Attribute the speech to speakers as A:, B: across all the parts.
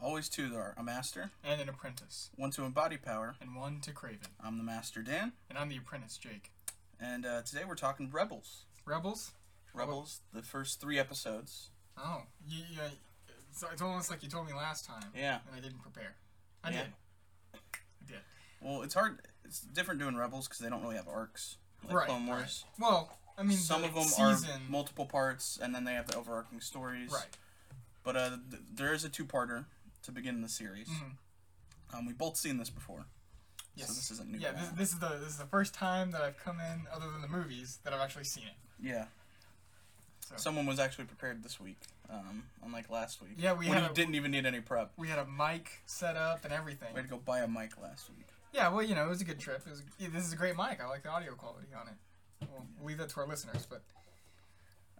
A: always two there are a master,
B: and an apprentice,
A: one to embody power.
B: and one to Craven.
A: I'm the master, Dan,
B: And I'm the apprentice, Jake.
A: and uh, today we're talking Rebels.
B: Rebels?
A: Rebels, the first three episodes.
B: Oh, you, you, it's, it's almost like you told me last time,
A: Yeah.
B: and I didn't prepare. I
A: Yeah.
B: did. I did.
A: Well, it's hard. It's different doing Rebels because they don't really have arcs like
B: Right,
A: Clone Wars.
B: Well, I mean,
A: Some
B: the
A: of them
B: season,
A: are multiple parts, and then they have the overarching stories.
B: Right.
A: But uh, th- there is a two-parter to begin the series.
B: Mhm.
A: Um, we've both seen this before,
B: Yes.
A: so this isn't new.
B: yeah,
A: at
B: this,
A: all.
B: this is the this is the first time that I've come in, other than the movies, that I've actually seen it.
A: yeah.
B: So-
A: Someone was actually prepared this week, um, unlike last week.
B: Yeah, we
A: when
B: had
A: you
B: a-
A: didn't even need any prep.
B: We had a mic set up and everything.
A: We had to go buy a mic last week.
B: Yeah, well, you know, it was a good trip. It was, yeah, this is a great mic. I like the audio quality on it. We'll leave that to our listeners, but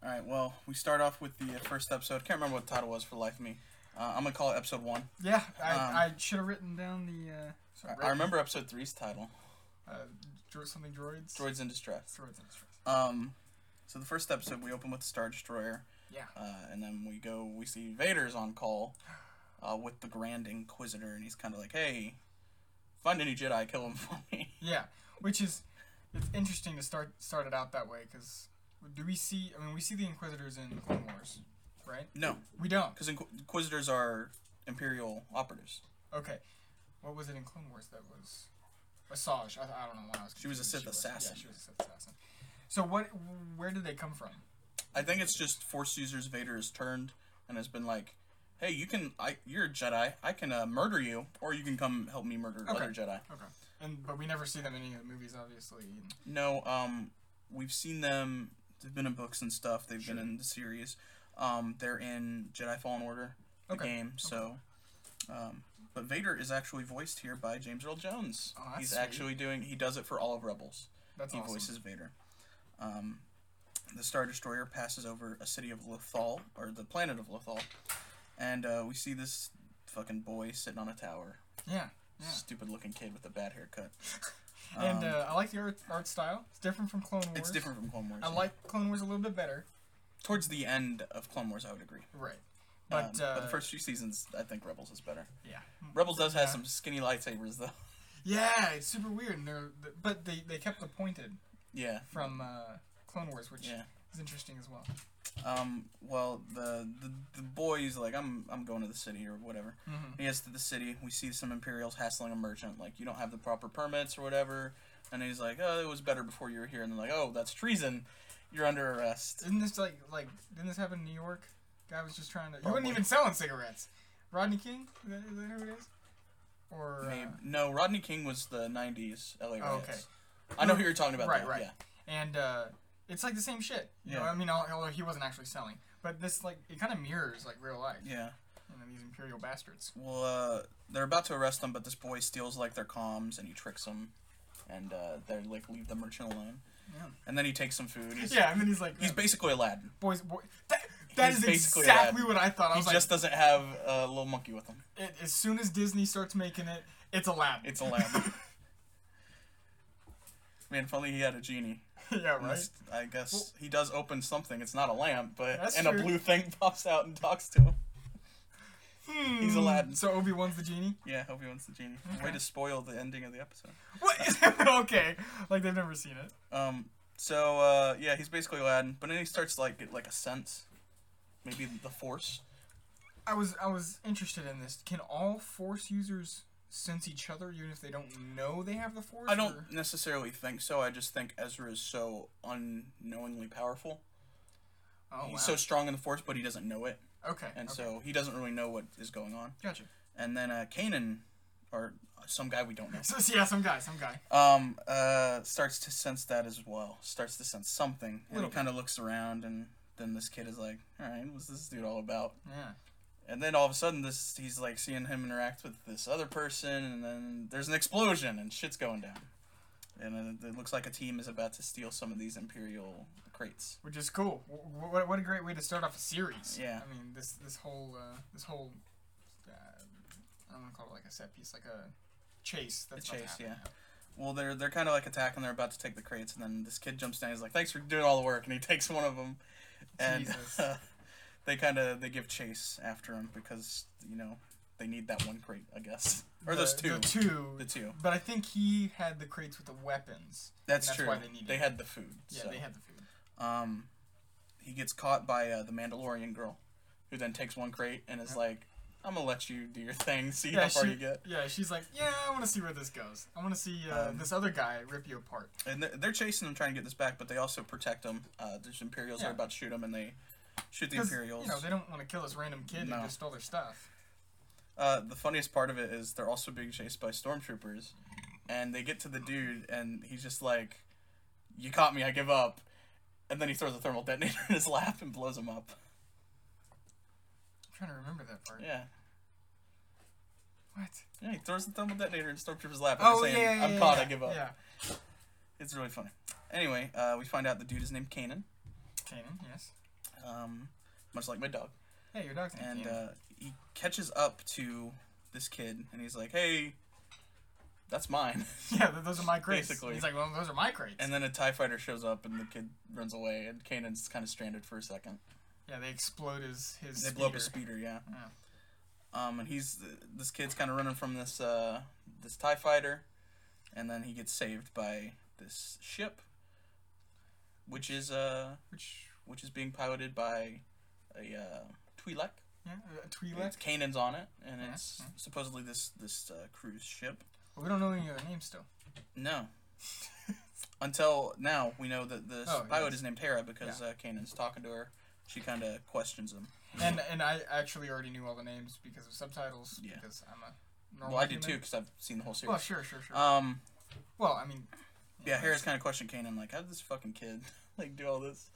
A: All right. Well, we start off with the uh, first episode. Can't remember what the title was for the life of me. Uh, I'm gonna call it episode one.
B: yeah, I,
A: Um,
B: I should have written down the. Uh, sorry,
A: I, I remember episode three's title,
B: uh, dro- something droids.
A: "Droids in Distress."
B: Droids and stress.
A: Um, so the first episode we open with the Star Destroyer.
B: Yeah.
A: Uh, and then we go, we see Vader's on call, uh, with the Grand Inquisitor, and he's kind of like, "Hey, find any Jedi, kill him for me."
B: Yeah, which is it's interesting to start start it out that way because do we see? I mean, we see the Inquisitors in Clone Wars, right?
A: no,
B: We don't.
A: because Inqu- Inquisitors are Imperial operatives.
B: Okay, what was it in Clone Wars that was? Asajj. I, I don't know why I was.
A: She was a
B: confused.
A: Sith assassin.
B: Yeah, she was a Sith assassin. So what? Where did they come from?
A: I think it's just Force users. Vader has turned and has been like, "Hey, you can, I, you're a Jedi. I can uh, murder you, or you can come help me murder other Jedi."
B: Okay. And but we never see them in any of the movies, obviously. And,
A: No, um, we've seen them. They've been in books and stuff. They've
B: Sure.
A: been in the series. Um, they're in Jedi Fallen Order, the
B: Okay,
A: game. So, um, but Vader is actually voiced here by James Earl Jones.
B: Oh, that's
A: He's
B: sweet.
A: actually doing. He does it for all of Rebels.
B: that's
A: he
B: awesome.
A: voices Vader. Um, the Star Destroyer passes over a city of Lothal, or the planet of Lothal, and uh, we see this fucking boy sitting on a tower.
B: Yeah. Yeah.
A: Stupid looking kid with a bad haircut. Um,
B: and uh, I like the art, art style. It's different from Clone Wars.
A: it's different from Clone Wars.
B: I
A: yeah.
B: like Clone Wars a little bit better.
A: towards the end of Clone Wars, I would agree.
B: Right. But,
A: Um,
B: uh,
A: the first few seasons, I think Rebels is better.
B: yeah. Hmm.
A: Rebels does have
B: Yeah.
A: some skinny lightsabers though.
B: Yeah, it's super weird. And they're th- but they they kept the pointed
A: yeah.
B: from uh, Clone Wars, which
A: Yeah.
B: is interesting as well.
A: Um. Well, the, the the boy's like, I'm I'm going to the city or whatever.
B: Mhm.
A: He gets to the city. We see some Imperials hassling a merchant, like you don't have the proper permits or whatever. And he's like, Oh, it was better before you were here. And they're like, Oh, that's treason. You're under arrest.
B: Isn't this like like didn't this happen in New York? Guy was just trying to. You
A: Probably.
B: wasn't even selling cigarettes. Rodney King, is that, is that who it is? Or uh,
A: Maybe- No, Rodney King was the '90s LA
B: Oh,
A: riots.
B: okay.
A: I know who you're talking about.
B: Right,
A: though,
B: right.
A: Yeah.
B: and uh, it's like the same shit. You know,
A: Yeah.
B: I mean, al- although he wasn't actually selling, but this like it kind of mirrors like real life.
A: Yeah.
B: You know, these imperial bastards.
A: Well, uh, they're about to arrest them, but this boy steals like their comms and he tricks them, and uh, they like leave the merchant alone.
B: Yeah.
A: And then he takes some food. He's,
B: Yeah, and then he's like,
A: he's basically Aladdin.
B: boys, boy, that, that
A: He's
B: is
A: basically
B: exactly
A: that.
B: what I thought. I
A: He
B: was like,
A: just doesn't have a little monkey with him.
B: it, as soon as Disney starts making it, it's a lab.
A: It's Aladdin. Man, if only he had a genie.
B: yeah, right.
A: Unless- I guess
B: Well-
A: he does open something. It's not a lamp, but
B: That's
A: and a
B: true.
A: blue thing pops out and talks to him.
B: Hmm.
A: he's Aladdin.
B: So Obi Wan's the genie.
A: Yeah, hope he wants the genie. Way
B: Okay.
A: to spoil the ending of the episode.
B: What? Is okay, like they've never seen it.
A: Um. So uh, yeah, he's basically Aladdin, but then he starts to, like get like a sense, maybe the Force.
B: I was I was interested in this. Can all Force users sense each other, even if they don't know they have the Force?
A: I
B: or-
A: don't necessarily think so. I just think Ezra is so unknowingly powerful.
B: Oh, wow.
A: He's so strong in the Force, but he doesn't know it,
B: okay.
A: and
B: okay.
A: so he doesn't really know what is going on.
B: gotcha.
A: And then uh, Kanan, or some guy we don't know,
B: So, so yeah, some guy, some guy.
A: um, uh, starts to sense that as well. Starts to sense something, and he
B: Little bit.
A: kind of looks around, and then this kid is like, "All right, what's this dude all about?"
B: Yeah.
A: And then all of a sudden, this he's like seeing him interact with this other person, and then there's an explosion and shit's going down. And uh, it looks like a team is about to steal some of these imperial crates.
B: Which is cool. What, what, what a great way to start off a series.
A: Yeah.
B: I mean, this this whole uh, this whole uh, I don't want to call it like a set piece, like a chase. That's
A: A
B: about to
A: chase,
B: happen
A: yeah.
B: now.
A: Well, they're they're kind of like attacking. They're about to take the crates, and then this kid jumps down. He's like, "Thanks for doing all the work," and he takes one of them, and
B: Jesus.
A: they kind of they give chase after him because you know they need that one crate, I guess, or those two,
B: The two.
A: the two.
B: But I think he had the crates with the weapons.
A: That's,
B: that's
A: true.
B: why they needed it.
A: had the food.
B: Yeah,
A: so.
B: they had the food.
A: Um, he gets caught by uh, the Mandalorian girl, who then takes one crate and is like, "I'm gonna let you do your thing, see how far
B: she-
A: you get."
B: Yeah, she's like, yeah, I want to see where this goes. I want to see uh,
A: Um,
B: this other guy rip you apart.
A: And they're, they're chasing him, trying to get this back, but they also protect him. Uh, the Imperials
B: Yeah.
A: are about to shoot him, and they shoot the
B: 'Cause,
A: Imperials.
B: You know, they don't want to kill this random kid
A: No.
B: who just stole their stuff.
A: uh, the funniest part of it is they're also being chased by stormtroopers, and they get to the dude, and he's just like, "You caught me, I give up," and then he throws a thermal detonator in his lap and blows him up.
B: I'm trying to remember that part.
A: Yeah.
B: What?
A: Yeah, he throws the thermal detonator in Stormtrooper's lap.
B: Oh,
A: Oh, saying,
B: yeah, yeah,
A: I'm
B: yeah,
A: caught,
B: yeah,
A: I give up.
B: Yeah.
A: It's really funny. Anyway, uh, we find out the dude is named Kanan,
B: Kanan, yes.
A: um, much like my dog.
B: Hey, your dog's named
A: And uh,
B: Kanan.
A: he catches up to this kid and he's like, hey, that's mine.
B: yeah, th- those are my crates.
A: basically.
B: He's like, well, those are my crates.
A: And then a TIE fighter shows up and the kid runs away and Kanan's kind of stranded for a second.
B: yeah, they explode his his.
A: They blow up a
B: speeder.
A: speeder, yeah.
B: Yeah.
A: Um, and he's this kid's kind of running from this uh, this Tie fighter, and then he gets saved by this ship, which is uh,
B: Which
A: which is being piloted by a uh, Twi'lek.
B: yeah, uh,
A: It's
B: Twi'lek.
A: Kanan's on it, and
B: Yeah,
A: it's
B: yeah.
A: supposedly this this uh, cruise ship.
B: Well, we don't know any other names still.
A: No, until now we know that the
B: Oh,
A: pilot
B: yes.
A: is named Hera because uh, Kanan's talking to her. She kind of questions him.
B: And and I actually already knew all the names because of subtitles.
A: Yeah.
B: Because I'm a normal.
A: Well, I did too
B: human.
A: because I've seen the whole series.
B: Well, sure, sure, sure.
A: Um,
B: well, I mean.
A: yeah, Hera's kind of questioned Kanan like, how did this fucking kid like do all this?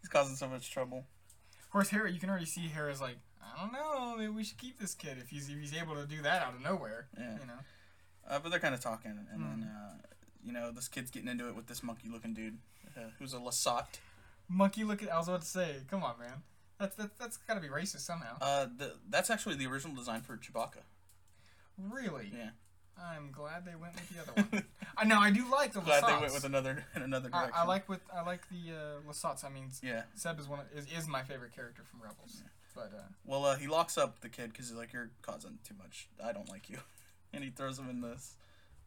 A: He's causing so much trouble.
B: Of course, Hera. You can already see Hera's like, I don't know. Maybe we should keep this kid if he's if he's able to do that out of nowhere.
A: Yeah.
B: You know.
A: Uh, but they're kind of talking, and
B: Hmm.
A: then uh, you know this kid's getting into it with this monkey-looking dude, uh, who's a Lasat.
B: Monkey look at. I was about to say, come on, man. That's that's that's gotta be racist somehow.
A: Uh, the, that's actually the original design for Chewbacca.
B: Really.
A: yeah.
B: I'm glad they went with the other one. I know. I do like the.
A: Glad they
B: Lasats.
A: went with another in another
B: I,
A: direction.
B: I like with I like the uh, Lasats. I mean,
A: Yeah.
B: Seb is one of, is, is my favorite character from Rebels. But uh,
A: Well, uh, he locks up the kid because he's like, "You're causing too much. I don't like you," and he throws him in this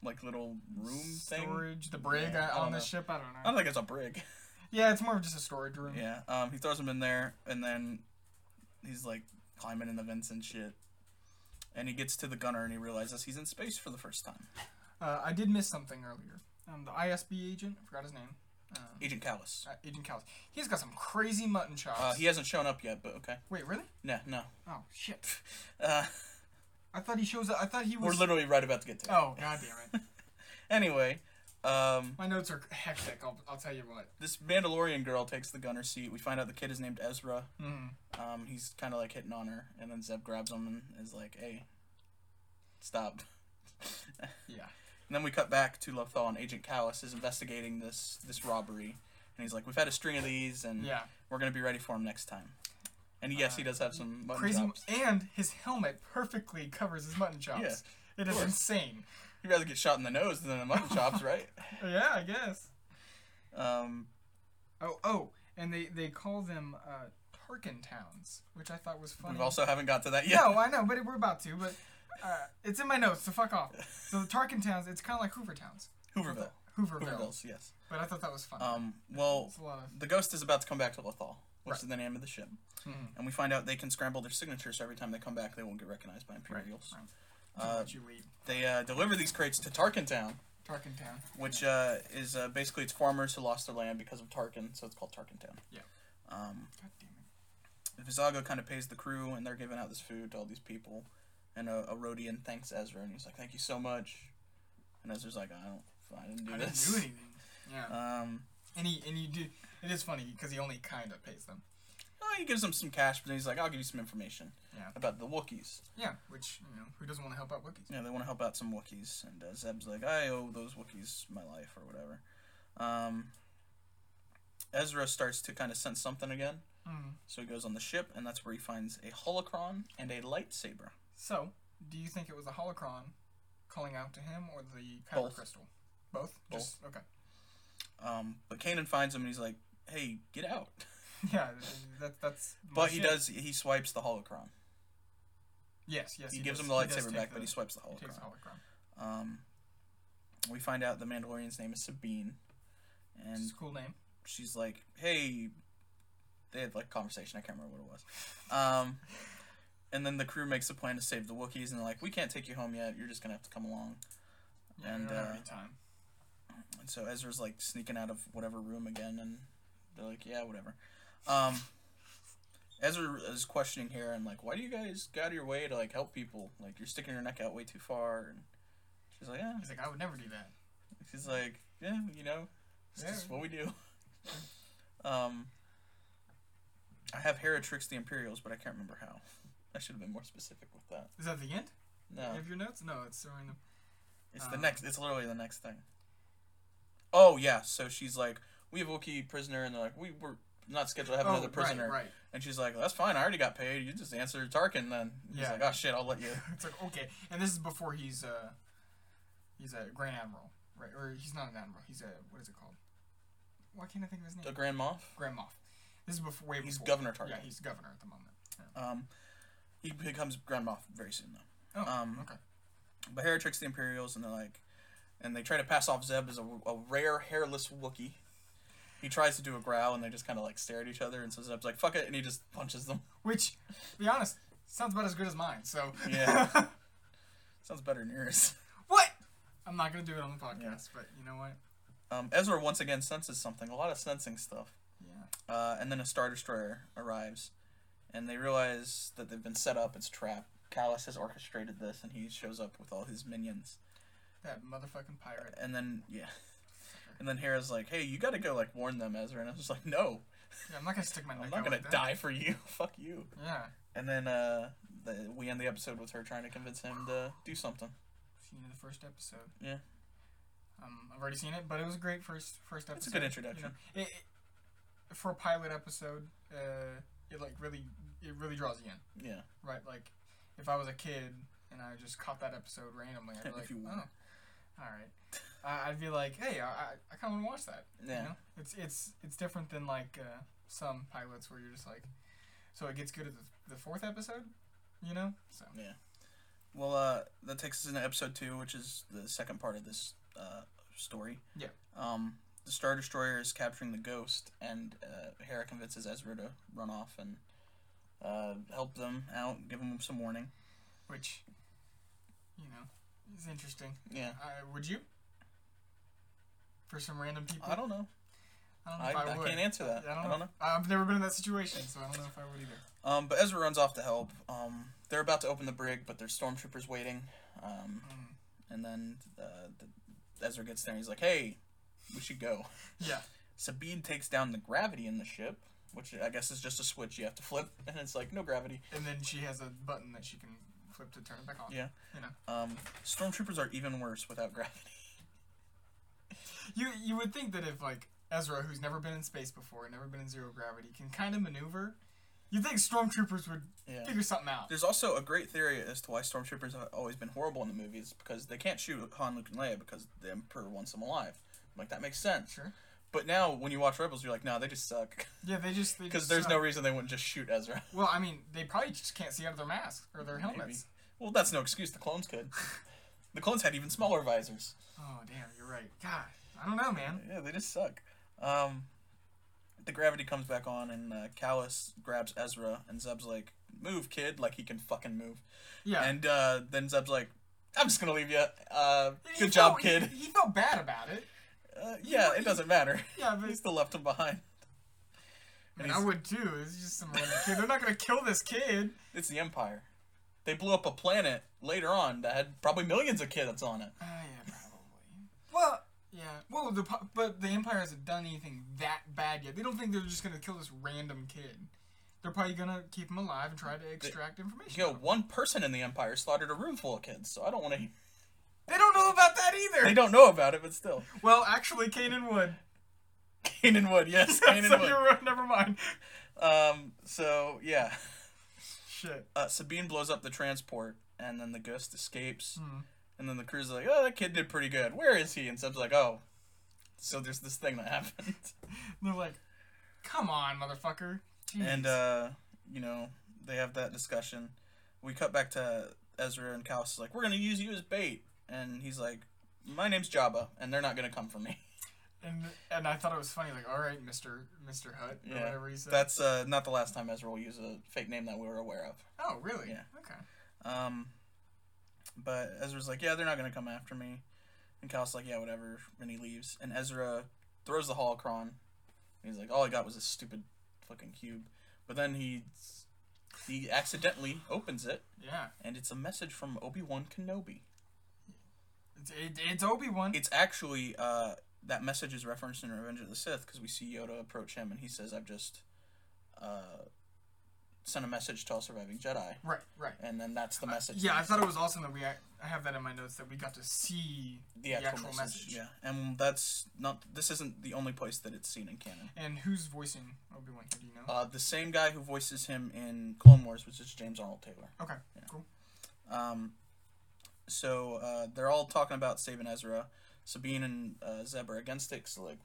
A: like little room thing.
B: storage, the brig
A: Yeah,
B: uh
A: I
B: on
A: don't
B: this ship, I don't know.
A: I don't think it's a brig.
B: yeah, it's more of just a storage room.
A: yeah. Um, he throws him in there, and then he's like climbing in the vents and shit. And he gets to the gunner, and he realizes he's in space for the first time.
B: Uh, I did miss something earlier. Um, the ISB agent, I forgot his name. Um,
A: Agent Callus.
B: uh, agent Callus. He's got some crazy mutton chops.
A: Uh, he hasn't shown up yet, but okay.
B: Wait, really?
A: No, no.
B: Oh shit!
A: Uh,
B: I thought he shows up. I thought he
A: we're
B: was.
A: literally right about to get to. it.
B: oh god damn it!
A: Anyway, um,
B: My notes are hectic. I'll, I'll tell you what.
A: this Mandalorian girl takes the gunner seat. We find out the kid is named Ezra.
B: Mm.
A: Um, he's kind of like hitting on her, and then Zeb grabs him and is like, "Hey, stop." and
B: Yeah.
A: then we cut back to Lothal, and Agent Callus is investigating this this robbery, and he's like, "We've had a string of these, and
B: Yeah. Uh,
A: we're gonna be ready for him next time." And yes, he does have some mutton
B: Crazy.
A: chops.
B: And his helmet perfectly covers his mutton chops. it is
A: course.
B: insane.
A: He'd rather get shot in the nose than the mutton chops, right?
B: Yeah, I guess.
A: Um,
B: Oh, oh, and they they call them uh, Tarkin towns, which I thought was funny.
A: we also haven't got to that yet.
B: no, I know, but we're about to. But uh, it's in my notes, so fuck off. So the Tarkin towns, it's kind of like Hoover towns,
A: Hooverville.
B: Hooverville.
A: Hoovervilles, yes.
B: But I thought that was funny.
A: Um, well,
B: it's a lot of
A: the ghost is about to come back to Lothal, which
B: Right.
A: is the name of the ship.
B: Mhm.
A: And we find out they can scramble their signatures, so every time they come back, they won't get recognized by Imperials.
B: right.
A: Uh,
B: what you read.
A: they uh, deliver these crates to Tarkin Town,
B: Tarkin town.
A: which uh, is uh, basically it's farmers who lost their land because of Tarkin, so it's called Tarkin Town.
B: Yeah.
A: Um,
B: God damn it.
A: Visago kind of pays the crew, and they're giving out this food to all these people. And a, a Rodian thanks Ezra, and he's like, "Thank you so much." And Ezra's like, "I don't, I didn't do
B: I didn't
A: this."
B: do anything. Yeah,
A: Um,
B: and he and you do. It is funny because he only kind of pays them.
A: oh, he gives them some cash, but then he's like, "I'll give you some information
B: Yeah.
A: about the Wookiees."
B: Yeah, which you know, who doesn't want to help out Wookiees?
A: Yeah, they want to help out some Wookiees, and uh, Zeb's like, I owe those Wookiees my life or whatever. Um, Ezra starts to kind of sense something again,
B: Mm.
A: so he goes on the ship, and that's where he finds a holocron and a lightsaber.
B: So, do you think it was the holocron calling out to him or the kyber
A: Both.
B: crystal? Both. Just okay.
A: Um, but Kanan finds him, and he's like, Hey, get out!
B: Yeah, that, that's. my
A: But he
B: shit.
A: does. He swipes the holocron.
B: Yes, yes.
A: he, gives him
B: does.
A: the
B: does
A: lightsaber
B: take
A: back,
B: the-
A: but he swipes the
B: takes
A: holocron.
B: the holocron.
A: Um, we find out the Mandalorian's name is Sabine, and
B: It's a cool name.
A: she's like, "Hey," they had like a conversation. I can't remember what it was. Um, and then the crew makes a plan to save the Wookiees, and they're like, "We can't take you home yet. You're just gonna have to come along."
B: Yeah,
A: And,
B: we don't have
A: uh,
B: any time.
A: And so Ezra's like sneaking out of whatever room again, and they're like, "Yeah, whatever." Um, Ezra is questioning here and like, "Why do you guys go out of your way to like help people? Like, you're sticking your neck out way too far." And she's like, "Yeah."
B: He's like, I would never do that.
A: She's like, "Yeah, you know, it's just
B: Yeah.
A: what we do." um, I have Hera tricks the Imperials, but I can't remember how. I should have been more specific with that.
B: Is that the end?
A: No,
B: Have your notes? No, it's during the.
A: It's the
B: Um,
A: next. It's literally the next thing. Oh yeah, so she's like, "We have Wookiee prisoner," and they're like, "We were not scheduled to have
B: oh,
A: another prisoner."
B: Right, right.
A: And she's like, "That's fine. I already got paid. You just answer Tarkin then." And He's
B: Yeah.
A: like, "Oh shit, I'll let you."
B: it's like okay, and this is before he's uh he's a grand admiral, right? Or he's not an admiral. He's a what is it called? Why can't I think of his name?
A: The Grand Moff.
B: Grand Moff. This is before way before.
A: He's Governor Tarkin.
B: Yeah, he's governor at the moment.
A: Um, he becomes Grand Moff very soon though.
B: Oh,
A: um,
B: okay.
A: But Hera tricks the Imperials, and they're like, and they try to pass off Zeb as a, a rare hairless Wookiee. He tries to do a growl, and they just kind of like stare at each other. And so Zeb's like, "Fuck it," and he just punches them.
B: Which, to be honest, sounds about as good as mine. So
A: Yeah. Sounds better than yours.
B: what? I'm not gonna do it on the podcast, but you know what?
A: Um, Ezra once again senses something, a lot of sensing stuff.
B: Yeah.
A: Uh, and then a Star Destroyer arrives, and they realize that they've been set up, it's a trap. Callus has orchestrated this, and he shows up with all his minions.
B: That motherfucking pirate.
A: And then, yeah. And then Hera's like, hey, you gotta go, like, warn them, Ezra. And I was just like, no,
B: Yeah, I'm not gonna stick my neck.
A: I'm not
B: out
A: gonna
B: like that.
A: die for you. Fuck you.
B: Yeah.
A: And then uh, the, we end the episode with her trying to convince him to do something.
B: Seen in the first episode.
A: Yeah.
B: Um, I've already seen it, but it was a great first first episode.
A: It's a good introduction.
B: You know, it, it, for a pilot episode, uh, it like really it really draws you in,
A: Yeah.
B: right? Like if I was a kid and I just caught that episode randomly, I'd
A: If
B: be like,
A: you were.
B: oh, all right. I I'd be like, hey, I I, I kind of want to watch that.
A: Yeah.
B: You know? It's it's it's different than like uh, some pilots where you're just like, so it gets good at the, the fourth episode, you know? So
A: Well, uh, that takes us into episode two, which is the second part of this uh, story.
B: Yeah.
A: Um, the Star Destroyer is capturing the Ghost, and uh, Hera convinces Ezra to run off and uh, help them out, give them some warning.
B: which, you know, is interesting.
A: Yeah.
B: I, would you? For some random people?
A: I don't know. I,
B: know
A: I, can't answer that. I don't, know.
B: I've never been in that situation, so I don't know if I would either.
A: Um, but Ezra runs off to help. Um, they're about to open the brig, but there's stormtroopers waiting. Um,
B: Mm.
A: and then uh, the, Ezra gets there and he's like, hey, we should go.
B: Yeah.
A: Sabine takes down the gravity in the ship, which I guess is just a switch you have to flip, and it's like no gravity.
B: And then she has a button that she can flip to turn it back on.
A: Yeah. Um, stormtroopers are even worse without gravity.
B: You you would think that if like Ezra, who's never been in space before, never been in zero gravity, can kind of maneuver, you'd think stormtroopers would
A: Yeah.
B: figure something out.
A: There's also a great theory as to why stormtroopers have always been horrible in the movies because they can't shoot Han, Luke, and Leia because the Emperor wants them alive. I'm like that makes sense.
B: Sure.
A: But now when you watch Rebels, you're like, no, they just suck
B: Yeah, they just they
A: because
B: just
A: there's no
B: suck.
A: reason they wouldn't just shoot Ezra.
B: Well, I mean, they probably just can't see out of their masks or their
A: Maybe.
B: helmets.
A: Well, that's no excuse. The clones could. The clones had even smaller visors.
B: Oh damn, you're right. God, I don't know, man.
A: Yeah, they just suck. Um, the gravity comes back on, and uh, Callus grabs Ezra, and Zeb's like, "Move, kid!" Like he can fucking move.
B: Yeah.
A: And uh, then Zeb's like, "I'm just gonna leave you. Uh,
B: He
A: good job,
B: felt- he-
A: kid."
B: he felt bad about it.
A: Uh, yeah, it doesn't matter.
B: Yeah, but
A: He still left him behind.
B: I,
A: And
B: mean, I
A: he's-
B: would too. It's just some random kid. They're not gonna kill this kid.
A: It's the Empire. They blew up a planet later on that had probably millions of kids on it.
B: Ah, yeah, probably. Well, yeah. Well, the pu- but the Empire hasn't done anything that bad yet. They don't think they're just gonna kill this random kid. They're probably gonna keep him alive and try to extract information.
A: Yo, one person in the Empire slaughtered a room full of kids, so I don't want to.
B: They don't know about that
A: They
B: either.
A: don't know about it, but still.
B: Well, actually, Kanan would.
A: Kanan Wood, yes, Kanan
B: so
A: Wood.
B: you're right. Never mind.
A: Um, so yeah,
B: Shit.
A: uh, Sabine blows up the transport, and then the ghost escapes,
B: Hmm.
A: and then the crew's like, "Oh, that kid did pretty good. Where is he?" And Seb's like, "Oh, so there's this thing that happened."
B: They're like, come on, motherfucker. Jeez.
A: uh, and uh, you know, they have that discussion. we cut back to Ezra and Kalos is like, "We're gonna use you as bait," and he's like, "My name's Jabba, and they're not gonna come for me."
B: And and I thought it was funny, like, all right, Mister Mister Hut, or
A: Yeah,
B: whatever he said.
A: That's uh, not the last time Ezra will use a fake name that we were aware of.
B: oh, really?
A: Yeah.
B: Okay.
A: Um, but Ezra's like, yeah, they're not gonna come after me. And Cal's like, yeah, whatever. And he leaves. And Ezra throws the holocron. He's like, all I got was this stupid fucking cube. But then he he accidentally opens it,
B: Yeah.
A: and it's a message from Obi Wan Kenobi.
B: It's it, it's Obi Wan.
A: It's actually uh that message is referenced in Revenge of the Sith because we see Yoda approach him, and he says, I've just uh sent a message to all surviving Jedi.
B: Right. Right.
A: And then that's the message.
B: Yeah,
A: that
B: I
A: he's
B: thought it was awesome that we. I I have that in my notes that we got to see
A: the actual, message. Yeah, and that's not. This isn't the only place that it's seen in canon.
B: And who's voicing Obi Wan? Do you know?
A: Uh, the same guy who voices him in Clone Wars, which is James Arnold Taylor.
B: okay. Cool.
A: Um, so uh, they're all talking about saving Ezra. Sabine and uh, Zeb are against it, so like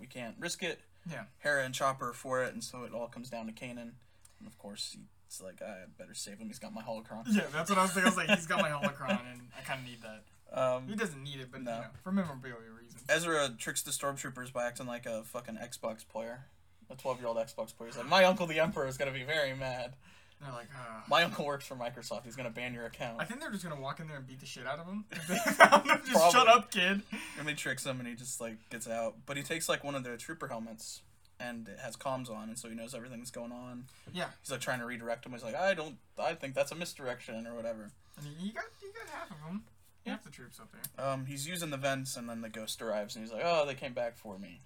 A: we can't risk it.
B: Yeah.
A: Hera and Chopper are for it, and so it all comes down to Kanan. And of course, he's like, I better save him. He's got my holocron.
B: Yeah, that's what I was thinking. I was like, he's got my holocron, and I kind of need that. He
A: Um,
B: doesn't need it, but
A: No.
B: you know, for memorabilia reasons.
A: Ezra tricks the stormtroopers by acting like a fucking Xbox player, a twelve-year-old Xbox player. He's like, my uncle, the Emperor, is gonna be very mad.
B: They're like, uh,
A: My uncle works for Microsoft. He's gonna ban your account.
B: I think they're just gonna walk in there and beat the shit out of him. If they found him, just shut
A: Probably.
B: up, kid.
A: And they tricks him, and he just like gets out. But he takes like one of the trooper helmets, and it has comms on, and so he knows everything that's going on.
B: Yeah.
A: He's like trying to redirect him. He's like, I don't, I think that's a misdirection or whatever.
B: I mean, you got you got half of them. Half the troops up there.
A: Um, he's using the vents, and then the ghost arrives, and he's like, Oh, they came back for me.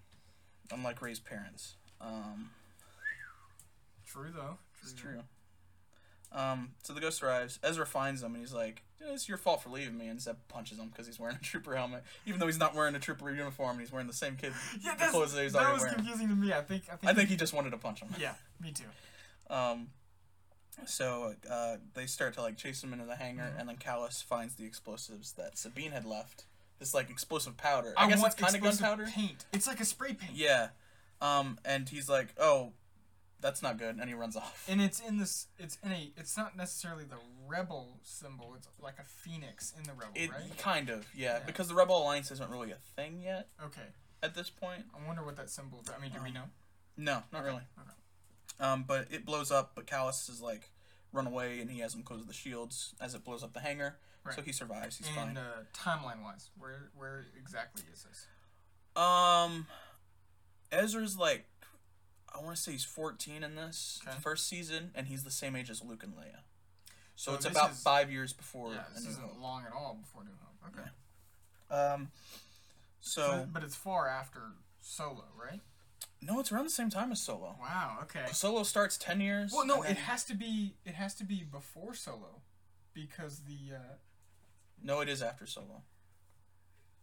A: Unlike Ray's parents. Um,
B: True though.
A: It's true. Um, so the ghost arrives. Ezra finds him and he's like, "Eh, "It's your fault for leaving me." And Zeb punches him because he's wearing a trooper helmet, even though he's not wearing a trooper uniform. and He's wearing the same kid
B: Yeah,
A: the
B: that's,
A: clothes that he's
B: that
A: already
B: was
A: wearing.
B: confusing to me. I think I think.
A: I think he just wanted to punch him.
B: Yeah, me too.
A: Um, so uh, they start to like chase him into the hangar,
B: Mhm.
A: and then Callus finds the explosives that Sabine had left. This like explosive powder.
B: I,
A: I, guess
B: want
A: it's kind of
B: explosive
A: gunpowder.
B: Paint. It's like a spray paint.
A: Yeah. Um, and he's like, "Oh, that's not good," and he runs off.
B: And it's in this. It's in a. It's not necessarily the rebel symbol. It's like a phoenix in the rebel,
A: It
B: right?
A: kind of, yeah,
B: Yeah.
A: because the Rebel Alliance isn't really a thing yet
B: Okay.
A: at this point.
B: I wonder what that symbol. I mean, do we
A: Um,
B: know?
A: No, not really. Um, but it blows up. But Callus is like run away, and he has him close the shields as it blows up the hangar. So
B: Right.
A: he survives. He's
B: and uh, timeline wise, where where exactly is this?
A: fine. Um, Ezra's like, I want to say he's fourteen in this
B: Okay.
A: first season, and he's the same age as Luke and Leia. So,
B: So
A: it's
B: this
A: about
B: is-
A: five years before.
B: yeah,
A: A
B: this
A: New
B: isn't
A: Hope.
B: long at all before New Hope. Okay.
A: Um, so
B: but it's far after Solo, right?
A: no, it's around the same time as Solo.
B: Wow. Okay.
A: Solo starts ten years.
B: Well, no,
A: and
B: it
A: then-
B: has to be. It has to be before Solo, because the. Uh,
A: No, it is after Solo.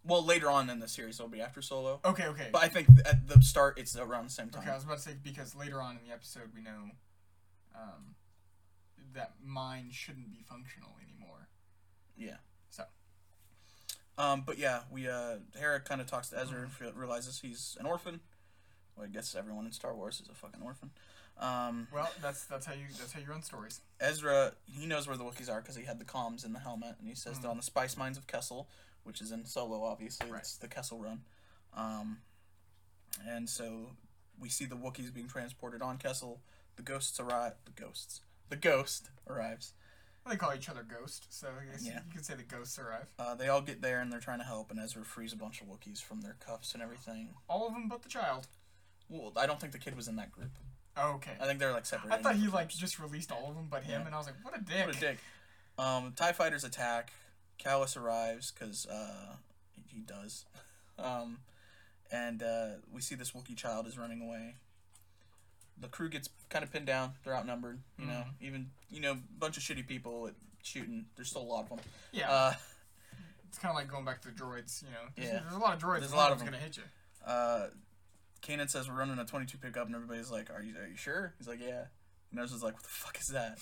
A: Well, later on in the series, it'll be after Solo.
B: Okay, okay.
A: But I think at the start, it's around the same time.
B: okay, I was about to say because later on in the episode we know um, that mine shouldn't be functional anymore.
A: Yeah.
B: So.
A: Um, but yeah, we uh, Hera kind of talks to Ezra and and realizes he's an orphan. Well, I guess everyone in Star Wars is a fucking orphan. Um,
B: Well, that's that's how you that's how you run stories.
A: Ezra, he knows where the Wookiees are because he had the comms in the helmet, and he says they're on the spice mines of Kessel, which is in Solo, obviously.
B: Mm. Right.
A: It's the Kessel Run. Um, and so we see the Wookiees being transported on Kessel. The ghosts arrive. The ghosts. The ghost arrives.
B: They call each other ghost, so I guess
A: Yeah.
B: you could say the ghosts arrive.
A: Uh, they all get there and they're trying to help, and Ezra frees a bunch of Wookiees from their cuffs and everything.
B: All of them but the child.
A: Well, I don't think the kid was in that group.
B: Okay.
A: I think they're like separate.
B: I thought he like just released all of them but him,
A: Yeah.
B: and I was like, what a dick.
A: what a dick. Um, Tie fighters attack. Callus arrives because uh, he does, um, and uh, we see this Wookiee child is running away. The crew gets kind of pinned down. They're outnumbered. You know, even you know, bunch of shitty people at shooting. There's still a lot of them.
B: Yeah,
A: Uh,
B: it's kind of like going back to droids. You know, there's,
A: Yeah.
B: there's a lot of droids.
A: There's a
B: one
A: lot of
B: them's
A: them.
B: gonna hit you.
A: uh, Kanan says we're running a 22 pickup, and everybody's like, "Are you are you sure?" He's like, "Yeah." And Ezra's like, "What the fuck is that?"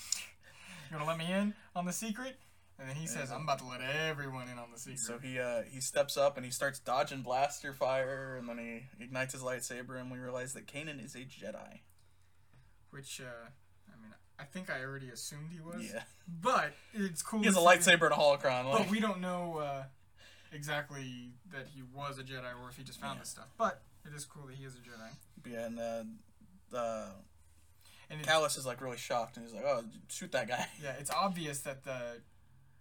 B: You gonna let me in on the secret? And then he says,
A: Yeah.
B: I'm about to let everyone in on the secret.
A: So he uh, he steps up and he starts dodging blaster fire, and then he ignites his lightsaber, and we realize that Kanan is a Jedi.
B: Which, uh, I mean, I think I already assumed he was.
A: Yeah.
B: But it's cool.
A: He has a
B: to see that-
A: lightsaber and a holocron. Like,
B: But we don't know uh, exactly that he was a Jedi or if he just found
A: Yeah.
B: this stuff. But it is cool that he is a Jedi.
A: yeah, and uh, uh,
B: And it's,
A: Callus is like really shocked, and he's like, "Oh, shoot that guy."
B: yeah, it's obvious that the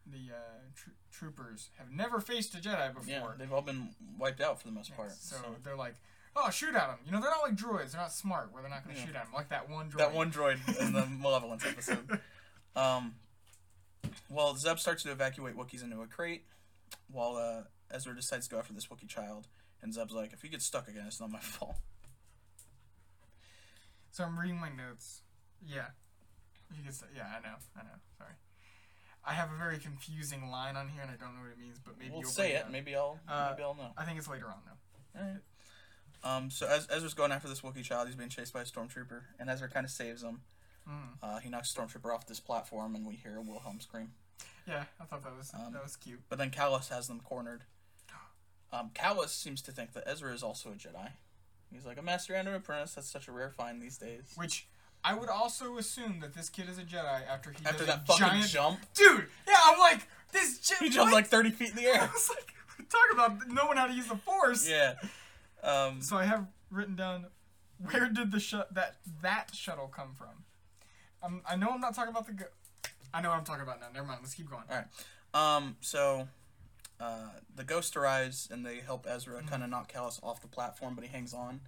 B: the uh, tr- troopers have never faced a Jedi before.
A: Yeah, they've all been wiped out for the most
B: Yeah,
A: part.
B: so,
A: So,
B: they're like, oh, shoot at him. You know, they're not like droids. They're not smart where they're not going to
A: Yeah.
B: shoot at him. Like that one droid.
A: that one droid in the Malevolence episode. Um, well, Zeb starts to evacuate Wookiees into a crate, while uh, Ezra decides to go after this Wookiee child. And Zeb's like, "If you get stuck again, it's not my fault."
B: So I'm reading my notes. Yeah. You can say, yeah, I know. I know. Sorry. I have a very confusing line on here and I don't know what it means, but maybe
A: we'll
B: you'll
A: say
B: bring
A: it.
B: up.
A: Maybe I'll.
B: Uh,
A: maybe I'll know.
B: I think it's later on, though.
A: Alright. Um, so Ez- Ezra's going after this Wookiee child. He's being chased by a stormtrooper, and Ezra kind of saves him.
B: Mm.
A: Uh, he knocks stormtrooper off this platform, and we hear a Wilhelm scream.
B: Yeah, I thought that was
A: Um,
B: that was cute.
A: But then Callus has them cornered. Um, Callus seems to think that Ezra is also a Jedi. He's like a master and an apprentice. That's such a rare find these days.
B: Which I would also assume that this kid is a Jedi after he
A: After
B: does a
A: that fucking
B: giant
A: jump,
B: dude. Yeah, I'm like this. J-
A: he jumped
B: what?
A: like thirty feet in the
B: I
A: air.
B: was like, talk about knowing how to use the Force.
A: yeah. Um,
B: So I have written down where did the shut that that shuttle come from? Um, I know I'm not talking about the. Go- I know what I'm talking about now. Never mind. Let's keep going.
A: Alright. Um, so uh, the ghost arrives and they help Ezra kind of knock Callus off the platform, but he hangs on.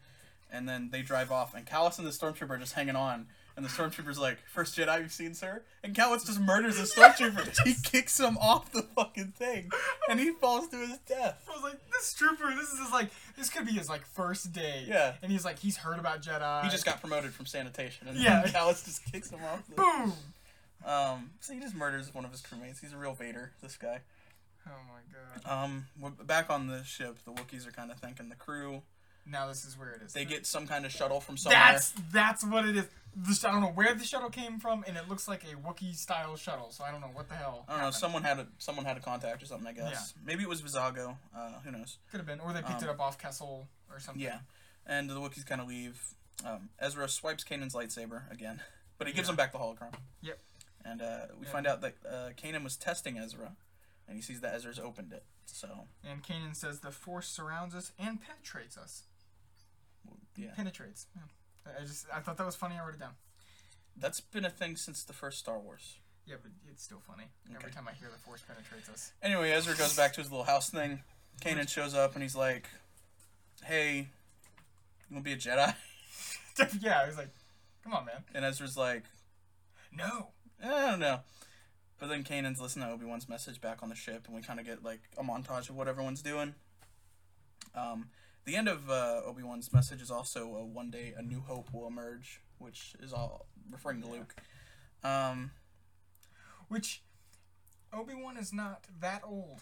A: And then they drive off, and Callus and the stormtrooper are just hanging on. And the stormtrooper's like, "First Jedi you've seen, sir." And Callus just murders the stormtrooper. He kicks him off the fucking thing, and he falls to his death.
B: I was like, this trooper. This is his, like this could be his like first day.
A: Yeah.
B: And he's like, he's heard about Jedi.
A: He just got promoted from sanitation, and
B: Yeah.
A: Callus just kicks him off. The,
B: boom. Oh
A: um, so he just murders one of his crewmates. He's a real Vader, this guy.
B: Oh my god.
A: Um, we're back on the ship, the Wookiees are kind of thanking the crew.
B: Now this is where it is.
A: They get some kind of shuttle from somewhere.
B: That's that's what it is. The, sh- I don't know where the shuttle came from, and it looks like a Wookiee style shuttle. So I don't know what the hell.
A: I don't know.
B: happened.
A: Someone had a someone had a contact or something. I guess maybe it was Visago. Uh, who knows?
B: could have been, or they picked
A: Um,
B: it up off Kessel or something.
A: Yeah. And the Wookiees kind of leave. Um, Ezra swipes Kanan's lightsaber again, but he gives
B: Yeah.
A: him back the holocron.
B: Yep.
A: And uh, we
B: Yeah.
A: find out that uh, Kanan was testing Ezra, and he sees that Ezra's opened it. So
B: And Kanan says the Force surrounds us and penetrates us.
A: yeah,
B: Penetrates. Yeah. I- I just I thought that was funny. I wrote it down.
A: that's been a thing since the first Star Wars.
B: Yeah, but it's still funny every
A: Okay.
B: time I hear the Force penetrates us.
A: Anyway, Ezra goes back to his little house thing. Kanan shows up and he's like, "Hey, you want to be a Jedi?"
B: yeah, I was like, come on, man.
A: And Ezra's like,
B: No.
A: Eh, I don't know. But then Kanan's listening to Obi Wan's message back on the ship, and we kind of get like a montage of what everyone's doing. Um, the end of uh, Obi Wan's message is also uh, one day a new hope will emerge, which is all referring to Luke. Um,
B: Which Obi Wan is not that old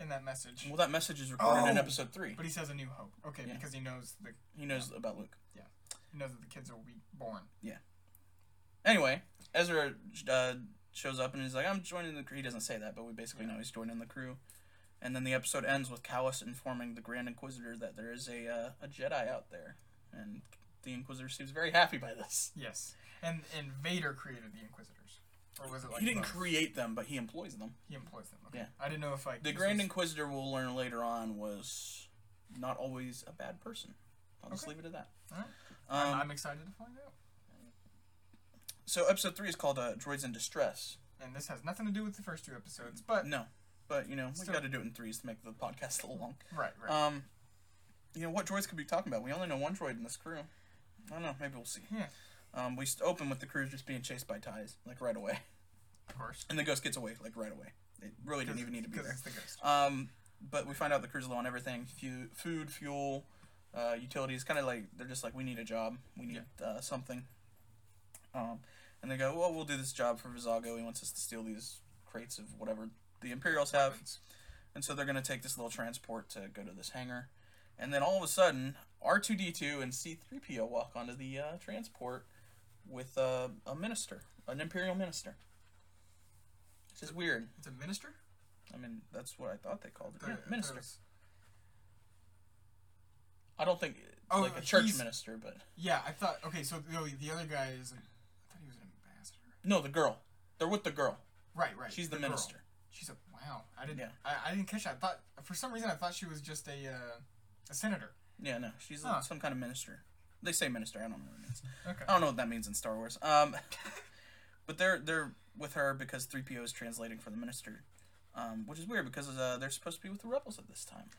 B: in that message,
A: well, that message is recorded in
B: Oh!
A: Episode Three.
B: but he says a new hope. Okay,
A: Yeah.
B: because he knows the
A: He knows about Luke.
B: he knows that the kids will be born.
A: Anyway, Ezra uh, shows up and he's like, "I'm joining the." crew. He doesn't say that, but we basically know he's joining the crew. And then the episode ends with Callus informing the Grand Inquisitor that there is a uh, a Jedi out there, and the Inquisitor seems very happy by this.
B: Yes, and and Vader created the Inquisitors, or was it like
A: he didn't
B: both?
A: create them, but he employs them.
B: he employs them? Okay.
A: Yeah.
B: I didn't know if like
A: The
B: this
A: Grand
B: was-
A: Inquisitor, we'll learn later on, was not always a bad person. I'll just
B: Okay.
A: leave it at that.
B: Alright. I'm,
A: Um,
B: I'm excited to find out.
A: so episode three is called uh, "Droids in Distress."
B: And this has nothing to do with the first two episodes, but
A: No, but you know we
B: Still-
A: got to do it in threes to make the podcast a little long.
B: right, right.
A: Um, you know what droids could we be talking about? We only know one droid in this crew. I don't know. Maybe we'll see.
B: Yeah.
A: Um, we st- open with the crew just being chased by ties, like right away,
B: of course.
A: and the ghost gets away, like right away. It really didn't even need to be
B: Because
A: there.
B: it's the ghost.
A: Um, but we find out the crew's low on everything: Fu- food, fuel, uh, utilities. Kind of like they're just like, we need a job. We need uh, something. Um, and they go, well, we'll do this job for Visago. He wants us to steal these crates of whatever the Imperials have.
B: Weapons.
A: And so they're going to take this little transport to go to this hangar. And then all of a sudden, R2D2 and C3PO walk onto the uh, transport with uh, a minister, an imperial minister. It's just weird.
B: It's a minister?
A: I mean, that's what I thought they called it.
B: The-
A: Yeah, minister.
B: there's-
A: I don't think
B: Oh,
A: like a church
B: he's-
A: minister, but
B: Yeah, I thought. Okay, so the, the other guy is. an- I thought he was an ambassador.
A: No, the girl. They're with the girl.
B: Right, right.
A: She's the,
B: girl.
A: minister.
B: She's a wow. I didn't.
A: Yeah.
B: I, I didn't catch that. I thought for some reason I thought she was just a uh, a senator.
A: Yeah, no, she's
B: Huh.
A: some kind of minister. They say minister. I don't know what it means.
B: Okay.
A: I don't know what that means in Star Wars. Um, but they're they're with her because three PO is translating for the minister, um, which is weird because uh, they're supposed to be with the rebels at this time.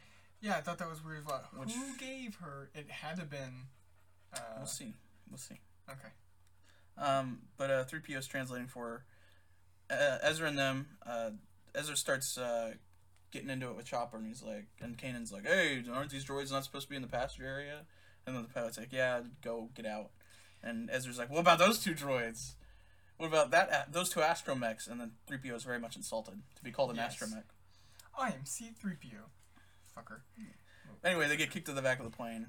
B: Yeah, I thought that was weird. as well.
A: Which-
B: Who gave her? It had to have been. Uh,
A: We'll see. We'll see.
B: okay.
A: Um, but uh, 3PO is translating for her. Uh, Ezra and them. Uh, Ezra starts uh, getting into it with Chopper, and he's like, and Kanan's like, "Hey, aren't these droids not supposed to be in the passenger area?" And then the pilot's like, "Yeah, go get out." And Ezra's like, "What about those two droids? What about that? a- those two astromechs?" And then 3PO is very much insulted to be called an
B: Yes.
A: astromech.
B: Oh, I am C-3PO. Fucker.
A: Anyway, they get kicked to the back of the plane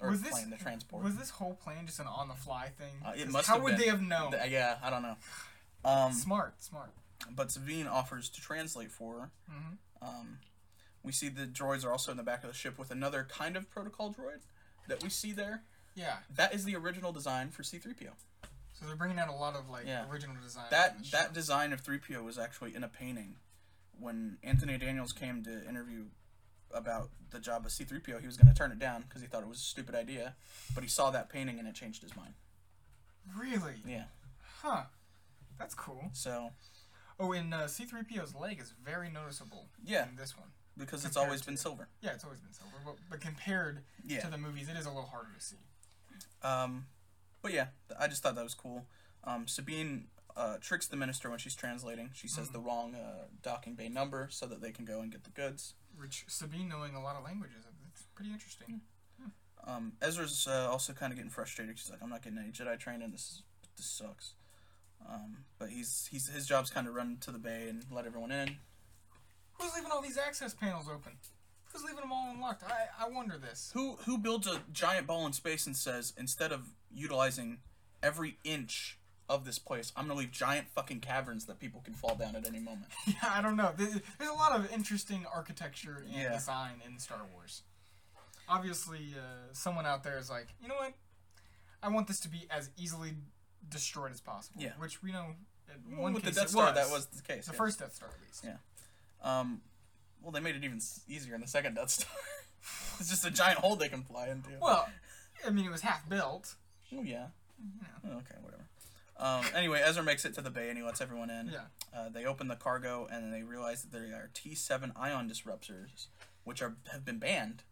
A: or
B: Was this-
A: plane, the transport.
B: Was this whole plan just an on-the-fly thing?
A: Uh, it
B: 'Cause
A: must
B: How
A: have
B: would
A: been.
B: they have known?
A: Th- yeah, I don't know. Um,
B: smart, smart.
A: but Sabine offers to translate for her.
B: Mhm.
A: Um, we see the droids are also in the back of the ship with another kind of protocol droid that we see there.
B: Yeah.
A: That is the original design for C-3PO.
B: So they're bringing out a lot of like
A: Yeah.
B: original design.
A: That that design of 3PO was actually in a painting. When Anthony Daniels came to interview about the job of C-3PO, he was going to turn it down because he thought it was a stupid idea, but he saw that painting and it changed his mind.
B: really?
A: Yeah.
B: Huh. That's cool.
A: So,
B: Oh, and uh, C-3PO's leg is very noticeable.
A: Yeah.
B: In this one.
A: because it's
B: Compared
A: always
B: to-
A: been silver.
B: Yeah, it's always been silver, but, but compared
A: Yeah.
B: to the movies, it is a little harder to see.
A: Um, but yeah, th- I just thought that was cool. Um, Sabine uh, tricks the minister when she's translating. She
B: Mm.
A: says the wrong uh, docking bay number so that they can go and get the goods.
B: Which Sabine knowing a lot of languages, it's pretty interesting.
A: Hmm. Um, Ezra's uh, also kind of getting frustrated. She's like, "I'm not getting any Jedi training. This is, this sucks." Um, but he's he's his job's kind of run to the bay and let everyone in.
B: Who's leaving all these access panels open? Who's leaving them all unlocked? I I wonder this.
A: Who who builds a giant ball in space and says instead of utilizing every inch of this place, I'm gonna leave giant fucking caverns that people can fall down at any moment.
B: Yeah, I don't know. There's, there's a lot of interesting architecture and
A: Yeah.
B: design in Star Wars. Obviously, uh, someone out there is like, you know what? I want this to be as easily destroyed as possible.
A: Yeah.
B: Which we know in one
A: With
B: case
A: the Death
B: it
A: Star,
B: was.
A: that was the case.
B: the
A: yeah.
B: first Death Star at least.
A: Yeah. Um, well, they made it even s- easier in the second Death Star. it's just a giant hole they can fly into.
B: Well, I mean, it was half built.
A: oh yeah.
B: You know.
A: Oh, okay, whatever. Um, anyway, Ezra makes it to the bay and he lets everyone in.
B: Yeah.
A: Uh, they open the cargo and they realize that there are T7 ion disruptors, which are have been banned.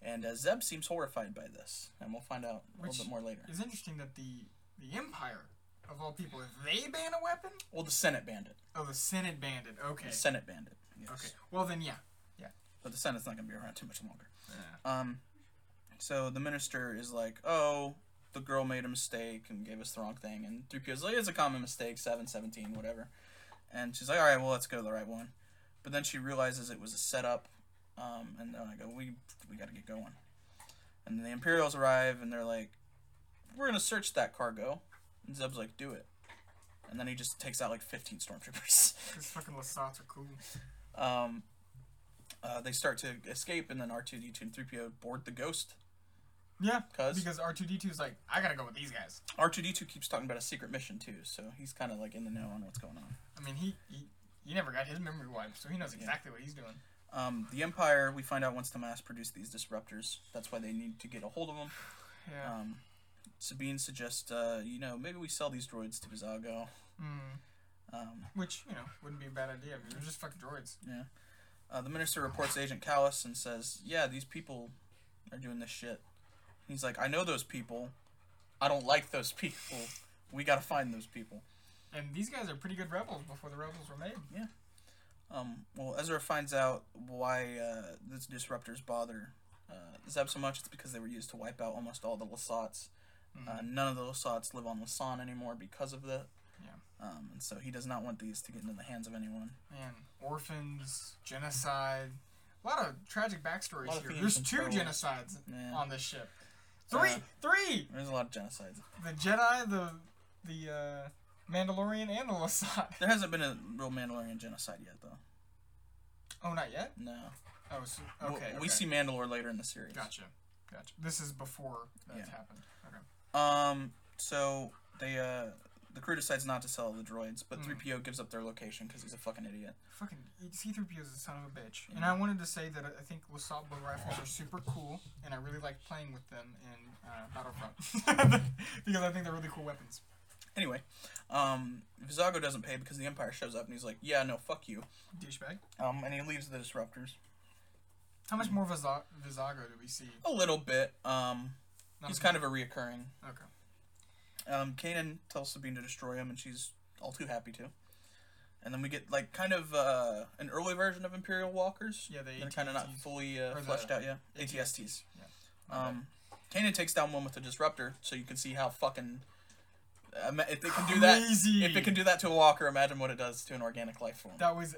A: And uh, Zeb seems horrified by this, and we'll find out a
B: Which-
A: little bit more later.
B: It's interesting that the the Empire of all people, if they ban a weapon,
A: Well, the Senate banned it.
B: oh, the Senate banned it. Okay.
A: The Senate banned it. Yes.
B: Okay. Well then, yeah.
A: But the Senate's not going to be around too much longer.
B: Yeah.
A: Um, so the minister is like, "Oh, the girl made a mistake and gave us the wrong thing." And 3PO's like, "It's a common mistake, 717, whatever." And she's like, "All right, well, let's go to the right one." But then she realizes it was a setup, um, and they're like, oh, "We we got to get going." And the Imperials arrive, and they're like, "We're gonna search that cargo." And Zeb's like, "Do it." And then he just takes out like 15 stormtroopers.
B: Cause fucking Lasats are cool.
A: Um, uh, they start to escape, and then R2D2 and 3PO board the ghost
B: Yeah.
A: Cause
B: Because R two D 2s like, I gotta go with these guys.
A: R two D two keeps talking about a secret mission too, so he's kind of like in the know on what's going on.
B: I mean, he, he he never got his memory wiped, so he knows exactly what he's doing.
A: Um, the Empire, we find out, wants to mass produce these disruptors. That's why they need to get a hold of them.
B: Yeah.
A: Um, Sabine suggests, uh, you know, maybe we sell these droids to Visago.
B: Mm.
A: Um,
B: Which you know wouldn't be a bad idea. I mean, they're just fucking droids.
A: uh, the minister reports to Agent Callus and says, "Yeah, these people are doing this shit." He's like, "I know those people. I don't like those people. We gotta find those people."
B: And these guys are pretty good rebels before the rebels were made.
A: Um, well, Ezra finds out why uh, these disruptors bother uh, Zeb so much. It's because they were used to wipe out almost all the Lasats. Uh,
B: Mm-hmm.
A: none of the Lasats live on Lasan anymore because of that.
B: Yeah.
A: Um, and so he does not want these to get into the hands of anyone.
B: Man, orphans, genocide, a lot of tragic backstories
A: Lot of
B: here.
A: themes
B: There's
A: in
B: two
A: Star Wars.
B: genocides
A: Yeah.
B: on this ship. Three,
A: Uh,
B: three.
A: There's a lot of genocides.
B: The Jedi, the the uh, Mandalorian, and the Lasat.
A: There hasn't been a real Mandalorian genocide yet, though.
B: Oh, not yet.
A: No.
B: Oh, so,
A: W-
B: okay.
A: We
B: okay.
A: see Mandalore later in the series.
B: Gotcha. Gotcha. This is before that's
A: Yeah.
B: happened. Okay.
A: Um. So they uh the crew decides not to sell the droids, but
B: Mm.
A: 3PO gives up their location because he's a fucking idiot.
B: Fucking C-3PO is a son of a bitch. And I wanted to say that I think Lasalt Bow rifles are super cool, and I really like playing with them in uh, Battlefront because I think they're really cool weapons.
A: Anyway, um, Visago doesn't pay because the Empire shows up and he's like, yeah, no, fuck you.
B: Douchebag.
A: Um, and he leaves the disruptors.
B: How much more Visago, Visago do we see?
A: A little bit. Um,
B: Not
A: he's
B: as
A: kind of a reoccurring.
B: much. okay.
A: Um, Kanan tells Sabine to destroy him, and she's all too happy to. And then we get like kind of uh, an early version of Imperial Walkers.
B: Yeah, the
A: They're kind of not
B: AT-ATs.
A: fully uh,
B: Or the
A: fleshed out yet.
B: ATSTs.
A: ATSTs.
B: Okay.
A: Um, Kanan takes down one with the disruptor, so you can see how fucking. I mean, if it can do that,
B: Crazy.
A: if it can do that to a walker, imagine what it does to an organic life form.
B: That was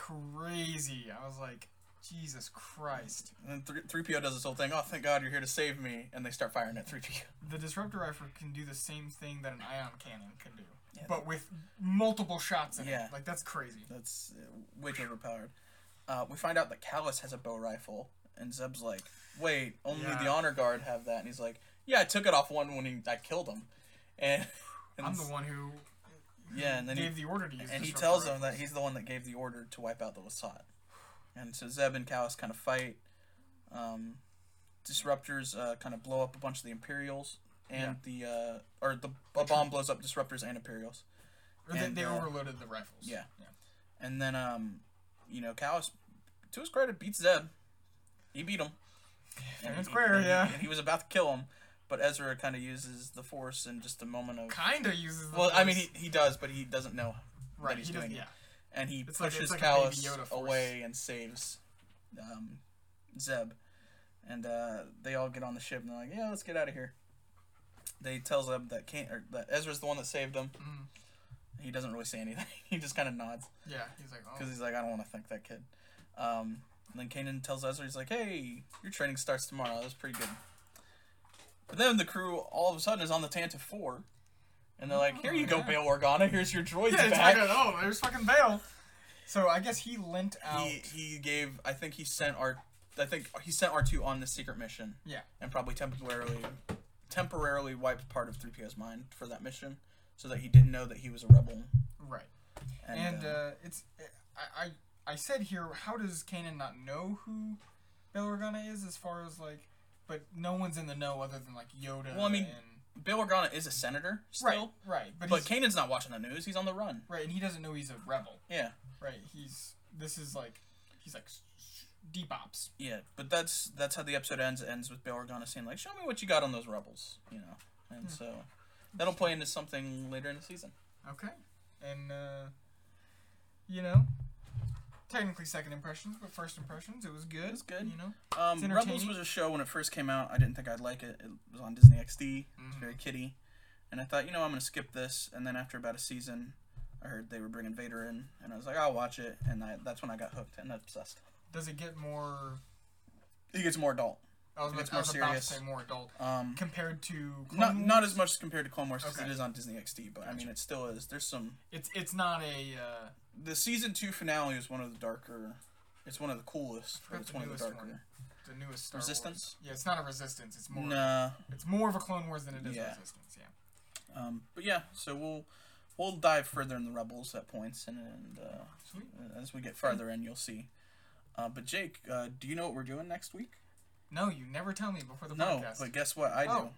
B: crazy. I was like, Jesus Christ.
A: And then three PO does this whole thing. Oh, thank God, you're here to save me! And they start firing at three PO.
B: The disruptor rifle can do the same thing that an ion cannon can do,
A: Yeah.
B: but with multiple shots in
A: Yeah.
B: it. Like that's crazy.
A: That's uh, way too overpowered. Uh, we find out that Callus has a bow rifle, and Zeb's like, "Wait, only
B: Yeah.
A: the honor guard have that." And he's like, "Yeah, I took it off one when he, I killed him." And, and
B: I'm the one who
A: yeah, and then he,
B: gave the order to use.
A: and he
B: disruptor
A: tells him that
B: rifles.
A: he's the one that gave the order to wipe out the Lasat. And so Zeb and Callus kind of fight. Um, disruptors uh, kind of blow up a bunch of the Imperials, and the uh, or the a bomb blows up disruptors and Imperials.
B: Or they,
A: and,
B: they
A: uh,
B: overloaded the rifles.
A: yeah. And then, um, you know, Callus, to his credit, beats Zeb. He beat him.
B: Fair and
A: he-
B: square,
A: he,
B: yeah.
A: and he was about to kill him, but Ezra kind of uses the Force in just a moment of.
B: Kinda uses. The
A: Well, I mean,
B: force.
A: he, he does, but he doesn't know.
B: right.
A: he's
B: he doesn't-
A: doing it.
B: Yeah.
A: And he
B: It's like-
A: pushes
B: it's like a Baby
A: Callus
B: Yoda Force.
A: away and saves um, Zeb. And uh, they all get on the ship and they're like, yeah, let's get out of here. They tell Zeb that, Can- or that Ezra's the one that saved him.
B: Mm,
A: He doesn't really say anything, he just kind of nods.
B: yeah. He's like, oh.
A: because he's like, I don't want to thank that kid. Um, and then Kanan tells Ezra, he's like, Hey, your training starts tomorrow. That's pretty good. But then the crew all of a sudden is on the Tanta Four, and they're like, Here you go,
B: Oh, yeah.
A: Bail Organa. Here's your droids
B: Yeah. He's like,
A: back.
B: oh, there's fucking bail. So I guess he lent out.
A: He he gave. I think he sent R. I think he sent R two on this secret mission.
B: Yeah.
A: And probably temporarily, temporarily wiped part of 3PO's mind for that mission, so that he didn't know that he was a rebel.
B: right.
A: And,
B: And,
A: uh,
B: uh, it's I, I I said here, how does Kanan not know who Bail Organa is as far as like but no one's in the know other than like Yoda
A: Well, I mean,
B: and
A: Bail Organa is a senator still,
B: Right, right. But,
A: but
B: he's,
A: Kanan's not watching the news. He's on the run.
B: right, and he doesn't know he's a rebel.
A: Yeah.
B: Right. He's this is like he's like s- s- deep ops.
A: Yeah, but that's that's how the episode ends. It ends with Bail Organa saying like, "Show me what you got on those rebels," you know, and
B: Hmm.
A: so that'll play into something later in the season.
B: Okay. And uh you know, technically second impressions, but first impressions, it was good. It
A: was good.
B: You know.
A: Um,
B: It's entertaining.
A: Rebels was a show when it first came out. I didn't think I'd like it. It was on Disney XD. It's
B: Mhm.
A: very kiddie, and I thought, you know, I'm gonna skip this. And then after about a season, I heard they were bringing Vader in, and I was like, I'll watch it. And I, that's when I got hooked and obsessed.
B: Does it get more
A: It gets more adult.
B: I was,
A: It
B: about,
A: gets
B: I
A: more
B: was about to
A: serious.
B: say more adult
A: Um,
B: compared to
A: not
B: Clone
A: not
B: Wars?
A: as much as compared to Clone Wars because
B: Okay.
A: it is on Disney XD, but I mean, it still is. There's some
B: It's it's not a uh,
A: the season two finale is one of the darker. It's one of the coolest, but
B: Forgot
A: it's
B: the
A: one of the
B: newest
A: darker.
B: one. the newest Star
A: Resistance?
B: Wars. Yeah, it's not a resistance. It's more.
A: Nah.
B: It's more of a Clone Wars than it is
A: Yeah.
B: resistance. Yeah.
A: Um, but yeah, so we'll we'll dive further in the rebels at points, and, and uh,
B: Sweet.
A: as we get farther in, you'll see. Uh, but Jake, uh, do you know what we're doing next week?
B: No, you never tell me before the
A: no,
B: podcast.
A: but guess what? I do.
B: Oh.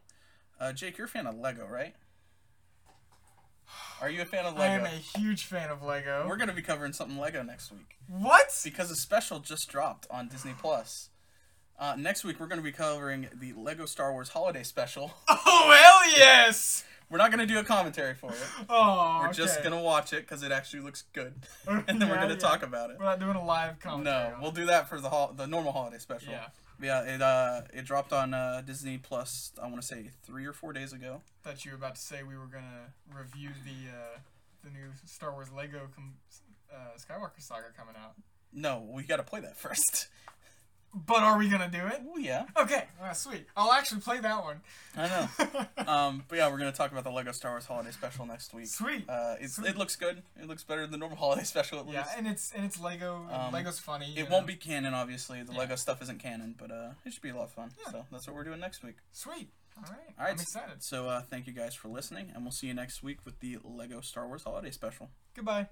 A: Uh, Jake, you're a fan of Lego, right? Are you a fan of
B: I am
A: Lego?
B: a huge fan of Lego.
A: We're gonna be covering something Lego next week
B: what?
A: because a special just dropped on Disney Plus. Uh, next week we're gonna be covering the Lego Star Wars Holiday Special.
B: Oh hell yes!
A: We're not gonna do a commentary for it.
B: Oh,
A: We're just
B: okay.
A: gonna watch it because it actually looks good, and then we're
B: Yeah,
A: gonna
B: yeah.
A: talk about it.
B: We're not doing a live commentary.
A: No,
B: on
A: we'll
B: it.
A: do that for the hol- the normal holiday special.
B: Yeah,
A: Yeah, it uh it dropped on uh, Disney Plus. I want to say three or four days ago.
B: thought you were about to say we were gonna review the uh, the new Star Wars Lego com- uh, Skywalker Saga coming out.
A: No, we gotta play that first.
B: But are we gonna do it?
A: Well, yeah,
B: Okay, well, sweet. I'll actually play that one.
A: I know. um, but yeah, we're gonna talk about the Lego Star Wars holiday special next week.
B: Sweet.
A: Uh, it's,
B: Sweet.
A: it looks good. It looks better than the normal holiday special at least.
B: yeah, and it's and it's Lego. and
A: Um,
B: Lego's funny. you
A: It won't
B: know.
A: be canon, obviously. The
B: Yeah.
A: Lego stuff isn't canon, but uh, it should be a lot of fun.
B: Yeah.
A: So that's what we're doing next week.
B: sweet. All right.
A: All right.
B: I'm excited.
A: So uh, thank you guys for listening, and we'll see you next week with the Lego Star Wars Holiday Special.
B: Goodbye.